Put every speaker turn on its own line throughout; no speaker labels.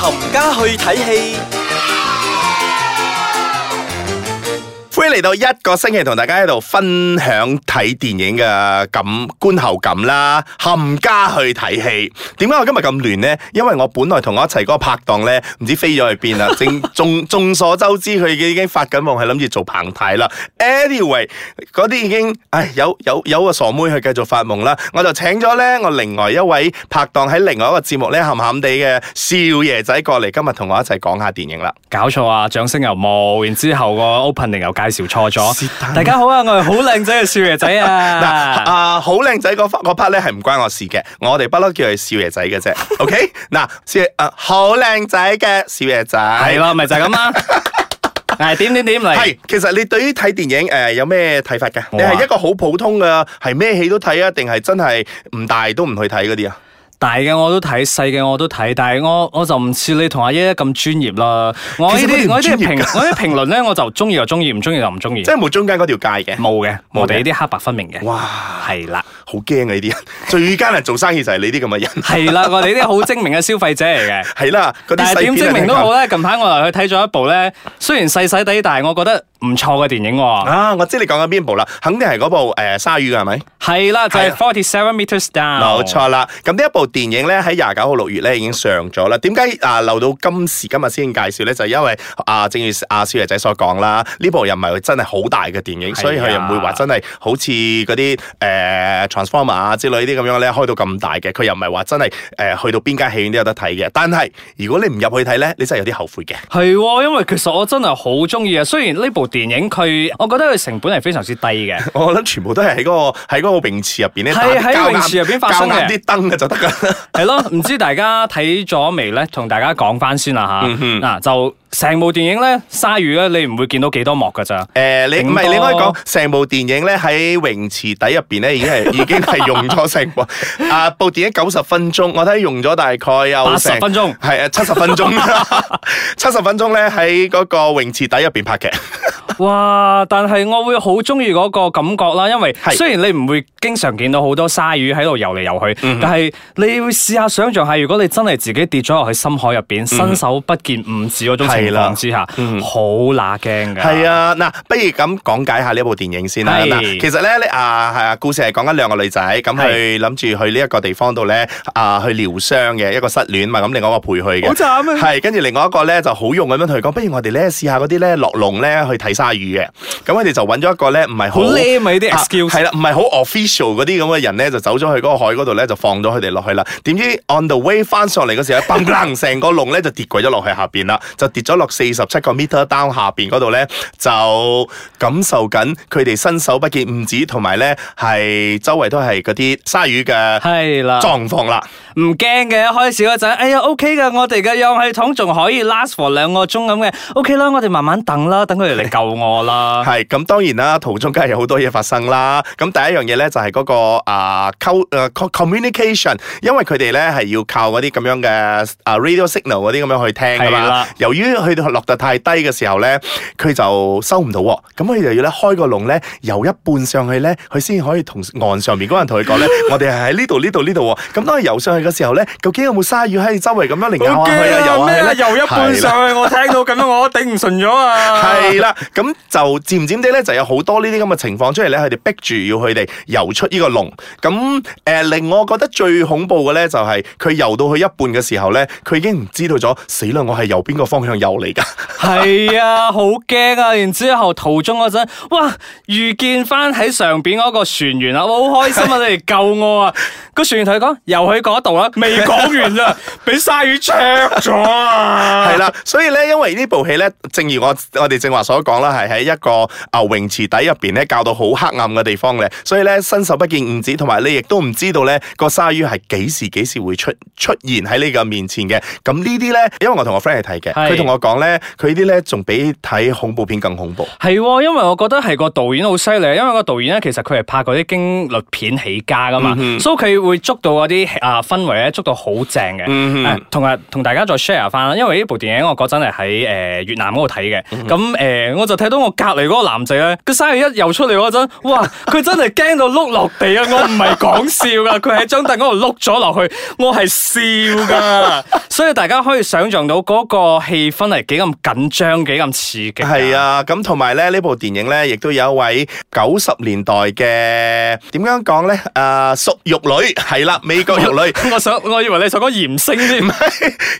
冚家去睇戲。
欢迎嚟到一個星期，同大家喺度分享睇電影嘅感觀後感啦，冚家去睇戲。點解我今日咁亂呢？因為我本來同我一齊嗰個拍檔呢，唔知飛咗去邊啦。 正眾眾所周知，佢已經發緊夢，係諗住做彭太啦。Anyway，嗰啲已經唉有有有個傻妹去繼續發夢啦。我就請咗呢我另外一位拍檔喺另外一個節目呢，鹹鹹地嘅少爺仔過嚟，今日同我一齊講下電影啦。
搞錯啊！掌聲又冇，然之後個 opening 又介紹 錯
是但
咗。大家好啊，我係好靚仔嘅少爺仔
嗱
啊！
啊，好靚仔嗰 part- 嗰 part 咧係唔關我事嘅，我哋不嬲叫佢少爺仔嘅 啫。OK，嗱，少爺啊，好靚仔嘅少爺仔，
係。咯，咪就係 咁啦。係啊點點點嚟？
係，其實你對於睇電影誒、有咩睇法嘅？你係一個好普通嘅，係咩戲都睇啊，定係真係唔大都唔去睇嗰啲啊？
大嘅我都睇，細嘅我都睇，但係我我就唔似你同阿爺咁專業啦。我呢
其實佢哋唔
啲我呢啲
專業
評我呢啲評論咧，我就中意就中意，唔中意就唔中意
即。係冇中間嗰條界嘅。
冇嘅，
冇嘅
我哋呢啲黑白分明嘅。
哇，
係啦，
好驚啊！呢啲人 最艱難做生意就係你啲咁嘅人。
係啦，我哋呢啲好精明嘅消費者嚟嘅。
係啦， 嗰啲
但係
細
點
片
證
啊
明都好咧，近排我又去睇咗一部咧，雖然細細地，但係我覺得唔錯嘅電影喎。
啊！我知你講緊邊部啦，肯定係嗰部誒、鯊魚嘅係咪？
係啦，就
係
係
啦
Forty Seven Meters Down。
冇。錯啦，咁呢一部電影咧喺廿九號六月咧已經上咗啦。點解啊留到今時今日先介紹咧？就係因為啊，正如阿少爺仔所講啦，呢部又唔係真係好大嘅電影，
係啊
所以佢又唔會話真係好似嗰啲誒 Transformer 啊之類啲咁樣咧開到咁大嘅，佢又唔係話真係誒、去到邊間戲院都有得睇嘅。但係如果你唔入去睇咧，你真係有啲後悔嘅。
係喎，因為其實我真係好中意啊。雖然呢部電影佢，我覺得佢成本係非常之低嘅。
哦我諗全部都係喺嗰個喺嗰個泳池入邊咧，
係
打啲
喺
膠
泳池入邊發生
膠眼
嘅
啲燈嘅就得㗎啦。
係咯，唔知大家睇咗未咧？同大家講翻先啦
嗯
吓。嗱、就成部電影咧，鯊魚咧，你唔會見到幾多幕㗎咋。
誒、你唔
頂
係
多
你可以講成部電影咧喺泳池底入邊咧已經 係已經係用咗成部啊部電影九十分鐘，我睇用咗大概有
80
成
分鐘
係啊七十分鐘， 七十分鐘咧喺嗰個泳池底入邊拍嘅，
哇！但係我會好中意嗰個感覺啦，因為
係
雖然你唔會經常見到好多鯊魚喺度游嚟游去，
嗯
但係你會試下想像下，如果你真係自己跌咗落去深海入邊，伸手不見五指嗰種情
嗯係啦嗯
況之下，好乸驚㗎。
係啊嗱，不如咁講解下呢部電影先啦
係
嗱，其實咧你啊係啊故事係講緊兩個女仔咁去諗住去呢一個地方度咧啊去療傷嘅一個失戀嘛，咁另外一個陪佢嘅。
慘！啊
係，跟住另外一個咧就好用咁樣同佢講，不如我哋咧試下嗰啲咧落籠咧去睇鯊魚嘅。咁佢哋就揾咗一個咧唔係
好
好
叻咪啲
啊
excuse
係啦，唔係好 official 嗰啲咁嘅人咧，就走咗去嗰個海嗰度咧，就放咗佢哋落去啦。點知 on the way 翻上嚟嗰時咧，砰砰成個籠咧就跌鬼咗落去下邊啦，就跌咗落四十七個 meter down 下邊嗰度咧，就感受緊佢哋伸手不見五指，同埋咧係周圍都係嗰啲鯊魚嘅
係啦，
狀況啦。
唔驚嘅。一開始嗰陣，哎呀 OK 嘅，我哋嘅氧氣筒仲可以 last for 兩個鐘咁嘅，OK 啦，我哋慢慢等啦，等佢哋嚟救我 啦。
係咁，當然啦，途中梗係有好多嘢發生啦。咁第一樣嘢咧就係嗰、個啊溝誒 communication，因為佢哋咧係要靠嗰啲咁樣嘅啊 radio signal 嗰啲咁樣去聽噶
係
嘛
啦。
由於佢哋落得太低嘅時候咧，佢就收唔到喎。咁佢就要咧開個籠咧，游一半上去咧，佢先可以同岸上面嗰人同佢 講咧，我哋係喺呢度呢度呢度喎。咁當佢游上去嘅時候咧，究竟有冇鯊魚喺周圍咁樣嚟咬下佢啊，游下佢咧？係啦
去，我聽到咁樣我頂唔順咗啊
係啦， 咁就漸漸地咧就有好多呢啲咁嘅情況出嚟咧，佢哋逼住要佢哋游出呢個籠。咁誒、呃令我覺得最恐怖嘅咧就係、佢游到去一半嘅時候咧，佢已經唔知道咗死啦！我係由邊個方向游嚟㗎？
係啊，好驚啊！然之後途中嗰陣，哇，遇見翻喺上邊嗰個船員啊，我好開心啊！你嚟救我啊！個船員同佢講，游去嗰度啦，未講完咋，俾鯊魚灼咗啊！
係啦，所以咧，因為呢部戲咧，正如我我哋正話所講啦，係喺一個啊泳池底入邊咧，教到好黑暗嘅地方咧，所以咧伸手不見五指，同埋你亦都唔知道咧個鯊魚係幾時幾時會出出現喺你嘅面前嘅。咁呢啲咧，因為我同我 friend 去睇嘅，
係
佢同我講咧，佢啲咧仲比睇恐怖片更恐怖。
係喎，因為我覺得係個導演好犀利，啊因為個導演咧其實佢係拍嗰啲驚慄片起家噶嘛，
嗯
所以佢會捉到嗰啲啊氛圍咧，捉到好正嘅。
嗯
誒同呃
嗯
埋同大家再 share 翻啦，因為呢部電影我嗰陣係喺誒越南嗰度睇嘅，咁誒、呃我就睇到我隔離嗰個男仔咧，個生日一游出嚟嗰陣，哇！佢真係驚到碌落地啊！我唔係 講笑噶，佢喺張凳嗰度碌咗落去，我係 笑噶。所以大家可以想像到嗰個氣氛係幾咁緊張，幾咁刺激。
係，啊，咁同埋咧呢部電影咧，亦都有一位九十年代嘅點樣講咧？啊、熟玉女係啦，美國玉女。
我想我以為你想講鹽星添。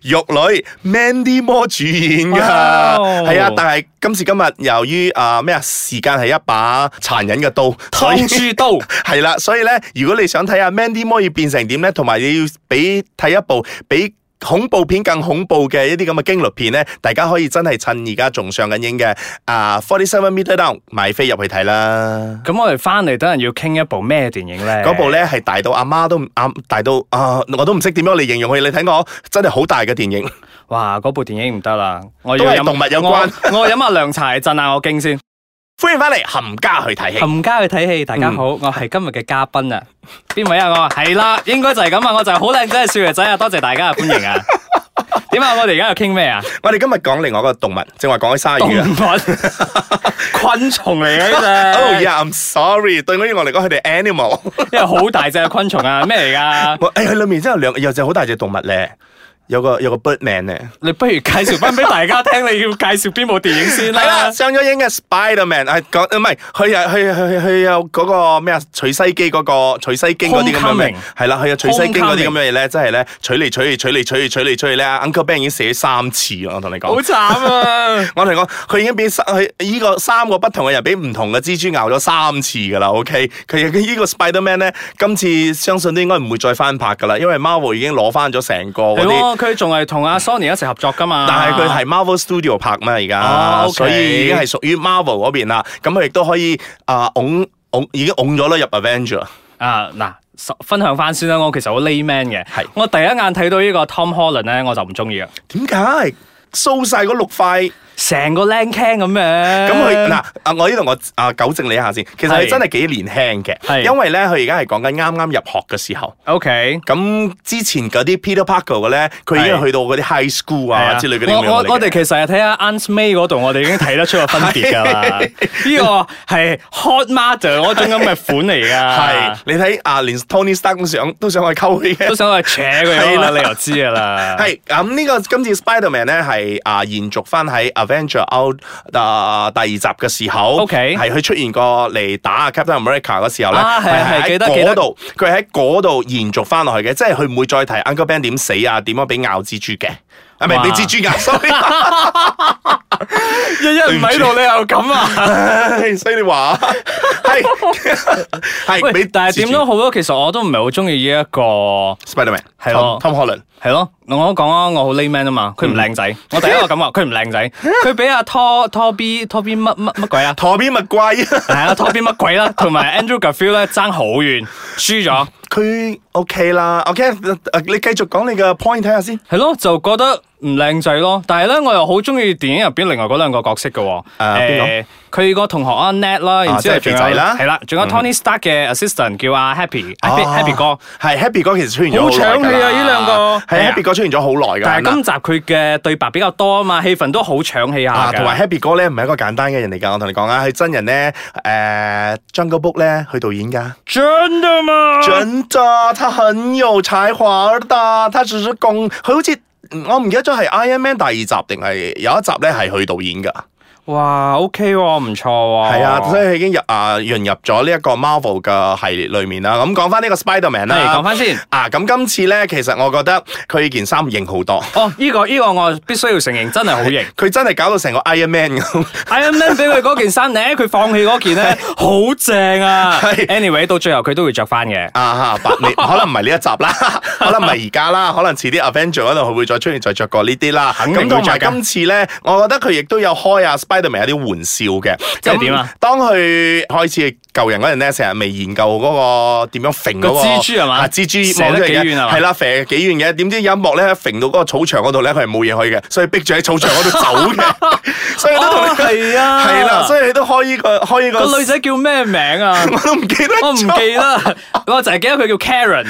玉女 Mandy Moore 主演噶，
Wow
係啊，但係今時今日由於啊咩啊，時間係一把殘忍嘅刀，所以
劏豬刀。
係啦，所以咧，如果你想睇下 Mandy Moore 要變成點咧，同埋你要俾睇一部比恐怖片更恐怖嘅一啲咁嘅驚慄片咧，大家可以真係趁而家仲上緊映嘅啊 Forty Seven Meter Down 買飛入去睇啦。
咁我哋翻嚟等人要傾一部咩電影咧？
嗰部咧係大到阿媽都唔啊，大到啊，我都唔識點樣嚟形容佢。你睇我真係好大嘅電影。
哇！嗰部電影唔得啦，我
都
要
係
飲
動物有關
我我飲下涼茶嚟鎮下我 驚先。
歡迎翻嚟冚家去睇戲。
冚家去睇戲，大家好，我係今日嘅嘉賓啊。邊位啊？我係啦，應該就係咁啊。我就係好靚仔嘅少爺仔啊，多謝大家嘅 歡迎啊。點啊？我哋而家又傾咩啊？
我哋今日講另外一個動物，正話講起鯊
動
魚啊。
物昆蟲嚟嘅
哦
呢
yeah，I'm sorry，對我嚟講，佢哋 animal。
隻，因為好大隻嘅昆蟲啊，咩嚟 噶？
誒，佢裏面真係有兩有隻好大隻動物咧，有個有個 Birdman 咧。
你不如介紹翻俾大家聽，你要介紹邊部電影先
係啦，
啦。
上咗映嘅 Spiderman 係講唔係佢係佢佢佢有嗰個咩啊？取西經嗰個取西經嗰啲咁樣嘅
Homecoming，
係啦，佢有取西經嗰啲咁
Homecoming
樣嘢咧，真係咧取嚟取去取嚟取去取嚟取去咧，Uncle Ben 已經寫三次啦，我同你
好
講。
慘啊！
我同你講，佢已經俾三佢依個三個不同嘅人俾唔同嘅蜘蛛咬咗三次㗎啦。OK，佢 佢依個 Spiderman 咧，今次相信都應該唔會再翻拍㗎啦，因為 Marvel 已經攞翻咗成個 嗰
係
啲。
喎，佢仲係同阿 Sony 一齊合作噶嘛。
但係佢係 Marvel Studio 拍嘛而
哦
家，
，OK
所以已經係屬於 Marvel 嗰邊啦。咁佢亦都可以啊，拱拱已經拱咗啦入 Avenger。
啊嗱。十分享翻先啦，我其實好 lay man 嘅
係，
我第一眼睇到呢個 Tom Holland 咧，我就唔中意啊
點
嘅，
解？掃晒嗰六塊，
成個靚 can 咁樣。
咁
咁
佢嗱啊！我呢度我啊糾正你一下先，其實佢
係
真係幾年輕嘅，
係
因為咧佢而家係講緊啱啱入學嘅時候。
，OK，
咁之前嗰啲 Peter Parker 嘅咧，佢已經
係
去到嗰啲 high school
係
啊
啊
之類嗰啲
我
咁樣
我
嚟嘅
我哋其實係睇下 Aunt May 嗰度，我哋已經睇得出個分別㗎 啦。呢個係 Hot Mother 嗰種咁嘅款 嚟㗎，
係你睇啊，連 Tony Stark 都想都想去溝佢嘅
都。想去扯佢
係
㗎
啦
嘛，你又知㗎啦。
係啊咁呢個今次 Spider-Man 咧係啊延續翻喺 Avenger Out 啊第二集嘅時候
OK
係佢出現過嚟打 Captain America 嘅時候咧，
啊係係
佢
記得
喺
記
嗰
得
度，佢喺嗰度延續翻落去嘅，即係佢唔會再提 Uncle Ben 點死啊，點樣俾咬蜘蛛嘅，啊唔係
哇
俾蜘蛛咬 sorry，
日日唔喺度，你又咁啊？
唉所以你話係係俾
喂，但係點
蜘
都好咯，其實我都唔係好中意呢一個，
蛛 Spider-Man
係咯
Tom- Tom Holland，
係咯，我都講啊，我好 lay man 啊嘛，佢唔靚仔，我第一個感覺佢唔靚仔，佢俾阿 Tor Tor B Tor B 乜乜乜鬼啊
陀邊咪貴啊！
係啊 Tor B 乜鬼啦，同埋 Andrew Garfield 咧爭好遠，輸咗，
佢 OK 啦，OK，呃 ờ, 你繼續講你嘅 point 睇下先。
係咯，就覺得唔靚仔咯，但係咧我又好中意電影入邊另外嗰兩個角色嘅喎，
啊邊啊
個？佢個同學阿 Ned 啦，然之
即係
後
肥
仲有
仔啦嗯哦
係啦，仲有 Tony Stark 嘅 assistant 叫阿 Happy Happy Happy 哥。
係 À. Happy 哥，其實出現咗耐㗎啦
好搶戲啊呢兩個
係
係啊
Happy 哥出現咗好耐㗎。
但係
嗱
今集佢嘅對白比較多啊嘛，氣氛都好搶氣下
啊，
㗎
同埋 À, Happy 哥咧唔係一個簡單嘅人嚟㗎，我同你講啊，佢真人咧，誒 Jungle Book 咧，佢導演㗎。
真的啊嘛？
真的，他很有才華的，他只是共，佢好似我唔記得咗係 Iron Man 第二集定係有一集咧係佢導演㗎。
哇，OK 喎、唔錯喎。
係啊，所以佢已經入啊融入咗呢一個 Marvel 嘅系列裡面啦。咁講翻呢個 Spider-Man
嚟
啦
講。翻先。
啊，咁今次咧，其實我覺得佢件衫型好多，
哦，呢、個呢、個我必須要承認，真係 好型。
佢真係搞到成個 Iron Man 咁。
Iron Man 俾佢嗰件衫咧，佢放棄嗰件咧，好正啊
係。
Anyway，到最後佢都會着翻嘅。
啊哈，白 你可能唔係呢一集啦， 可能唔係而家啦，可能遲啲 Avenger 嗰度佢會再出現再着過呢啲啦。
肯定
咁
會
同埋
着㗎
今次咧，我覺得佢亦都有開啊 Spiderman 有啲玩笑嘅。
即係點啊？
當佢開始救人嗰陣咧，成日未研究嗰個點樣揈嗰個
個蜘蛛係嘛
啊蜘蛛網
射得
出嚟
幾
嘅
遠係啊嘛
係啦，射幾遠嘅。點知有一幕咧，揈到嗰個草場嗰度咧，佢係冇嘢去嘅，所以逼住喺草場嗰度走 嘅。所以我都同
哦，
你
係啊，
係啦，所以你都開呢個開呢個
個女仔叫咩名 啊？
我都唔記得
我唔
咗
記得，我就係記得佢叫 Karen，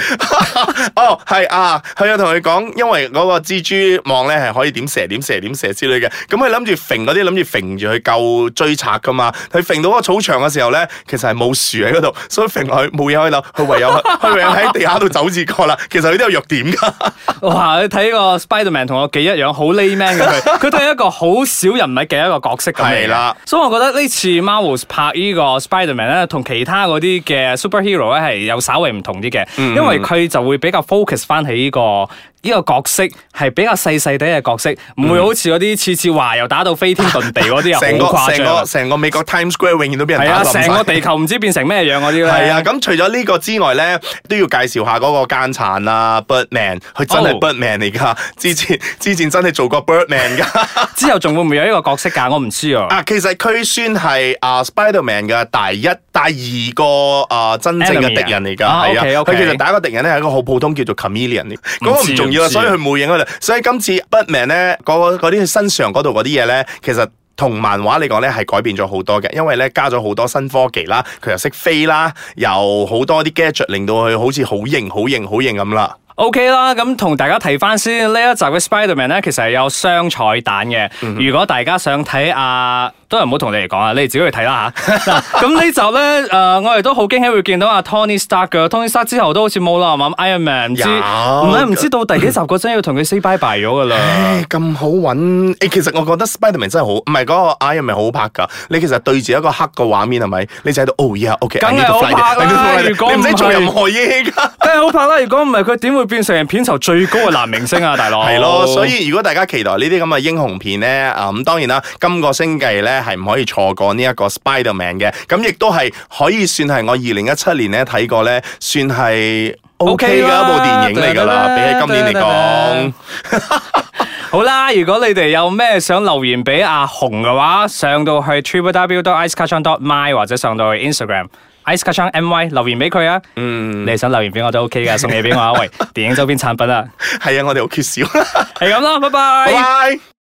哦，係啊，佢有同佢講，因為嗰個蜘蛛網咧係可以點射點射點射之類嘅，咁佢諗住揈嗰啲諗住揈住去救追賊噶嘛，佢揈到嗰個草場嘅時候咧，其實係冇樹喺嗰度，所以揈落去冇嘢可以扭， 佢唯有佢唯有喺地下度走字過啦。其實佢都有弱點噶，
哇！你睇個 Spiderman 同我幾一樣，好 layman 嘅 佢，佢都係一個好少人物嘅一個角色咁嚟嘅
係啦，
所以我覺得呢次 Marvel 拍呢個 Spiderman 咧，同其他嗰啲嘅 superhero 咧係有稍微唔同啲嘅，
嗯
因為佢就會比較 focus 翻喺呢個。呢個角色係比較細細哋嘅角色，唔會好似嗰啲次次話又打到飛天遁地嗰啲
成
又好
個
誇
成
張啊
個。成個美國 Times Square 永遠都俾人
係
打
啊，
冧
成
晒
個地球唔知變成咩樣嗰啲咧。
係啊，咁除咗呢個之外咧，都要介紹下嗰個奸殘啦，Birdman，佢真係
哦
Birdman 嚟噶，之前之前真係做過 Birdman 噶。
之後仲會唔會有呢個角色㗎？我唔知啊。
啊，其實佢算係啊 Spider-Man 嘅第一、第二個啊真正嘅
Enemy 啊
敵人嚟㗎，
啊
係啊，佢、
OK，OK
其實第一個敵人咧係一個好普通叫做 Chameleon 嚟，嗰個唔重要
唔
啊，
知
所以佢冇影嗰度。所以今次 Batman 咧，嗰嗰啲佢身上嗰度嗰啲嘢咧，其實。同漫畫嚟講咧，係改變咗好多嘅，因為咧加咗好多新科技啦，佢又識飛啦，又好多啲 gadget 令到佢好似好型、好型、好型咁啦。
OK 啦，咁同大家睇翻先呢一集嘅 Spiderman 咧，其實係有雙彩蛋嘅。
嗯
如果大家想睇啊，都係唔好同你哋講啊，你哋自己去睇啦吓。 嗱咁呢集咧，誒、我哋都好驚喜會見到阿 Tony Stark 嘅。Tony Stark 之後都好似冇啦，係嘛？Iron Man 唔知，
有
唔係唔知道第幾集嗰陣要同佢 say bye bye 咗噶 啦。
唉咁好揾誒、其實我覺得 Spiderman 真係好，唔係嗰個 Iron Man 好拍㗎。你其實對住一個黑嘅畫面係咪？你就喺度哦 yeah，OK，
梗係好拍啦如果
你唔使
唔
做
係哦
任何嘢㗎。
梗係好拍啦！如果唔係，佢點會變成片酬最高嘅男明星啊，大佬？
係咯，所以如果大家期待呢啲咁嘅英雄片咧，啊咁當然啦，今個星期咧係唔可以錯過呢一個 Spiderman 嘅，咁亦都係可以算係我二零一七年咧睇過咧，算係 OK 嘅
OK
一
啦
部電影嚟㗎啦，比起今年嚟講。
好啦，如果你哋有咩想留言俾阿紅嘅話，上到去 triple w dot ice c a t c h o n dot my 或者上到去 Instagram ice c a t c h o n my 留言俾佢啊。嗯，你想留言俾我都 OK 噶，送嘢俾我啊。喂，電影周邊產品啊，
係啊，我哋好缺少。
係咁啦，拜
拜
拜。
拜。